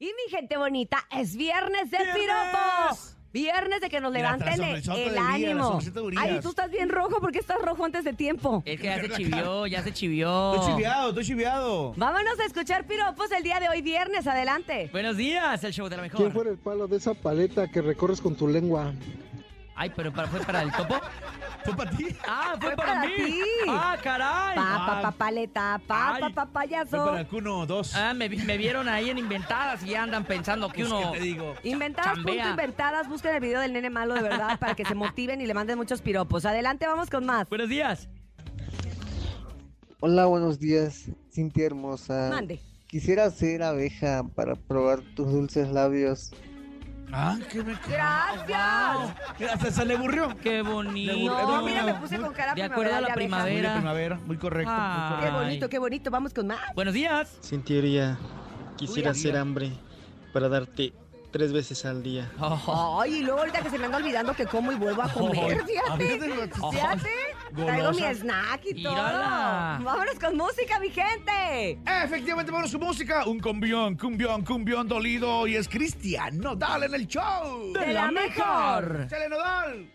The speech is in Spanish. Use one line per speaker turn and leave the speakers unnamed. Y mi gente bonita, es viernes de
¡Viernes!
piropo. Viernes de que nos
Mira,
levanten
hasta la
el,
sonrisota
el
de Urias, la
ánimo.
sonrisota de Urias.
Ay, tú estás bien rojo porque estás rojo antes de tiempo.
Es que ya se chivió, ya se chivió.
Estoy chiviado, estoy chiviado.
Vámonos a escuchar piropos el día de hoy viernes, adelante.
Buenos días, el show de la mejor.
¿Quién fuera el palo de esa paleta que recorres con tu lengua?
Ay, pero para- fue para el topo.
Fue para ti.
Ah, fue,
Fue
para,
para
mí.
ti.
Ah, caray.
Pa, pa,
ay.
pa, paleta, pa,
Ay,
pa, pa,
Fue
payaso.
para el cuno, dos.
Ah, me, vi- me vieron ahí en inventadas y ya andan pensando que
Pues,
uno.
¿Qué te digo?
Inventadas, punto
Chambea.
inventadas, busquen el video del nene malo de verdad para que se motiven y le manden muchos piropos. Adelante, vamos con más.
Buenos días.
Hola, buenos días, Cintia hermosa.
Mande.
Quisiera ser abeja para probar tus dulces labios.
Ah, qué me
Gracias.
Mira, hasta se le aburrió.
Qué bonito. Ah,
No, mira, me puse con cara
De acuerdo a
primaveral
la
de abeja.
Muy de
primavera.
primavera, muy correcto.
Ah.
muy
Qué
correcto.
bonito, qué bonito. Vamos con más.
Buenos días.
Sin teoría, quisiera
Uy,
ser
amiga.
hambre para darte tres veces al día.
Oh,
Ay, y luego ahorita que se me anda olvidando que como y vuelvo a comer,
Ay,
fíjate.
fíjate lo que-
Fíjate, traigo mi
Golosa.
snack y todo.
Mírala.
Vámonos con música, mi gente.
Efectivamente, vamos su música. Un cumbión, cumbión, cumbión dolido. Y es Cristian Nodal en el show.
De la mejor.
¡Chale, Nodal!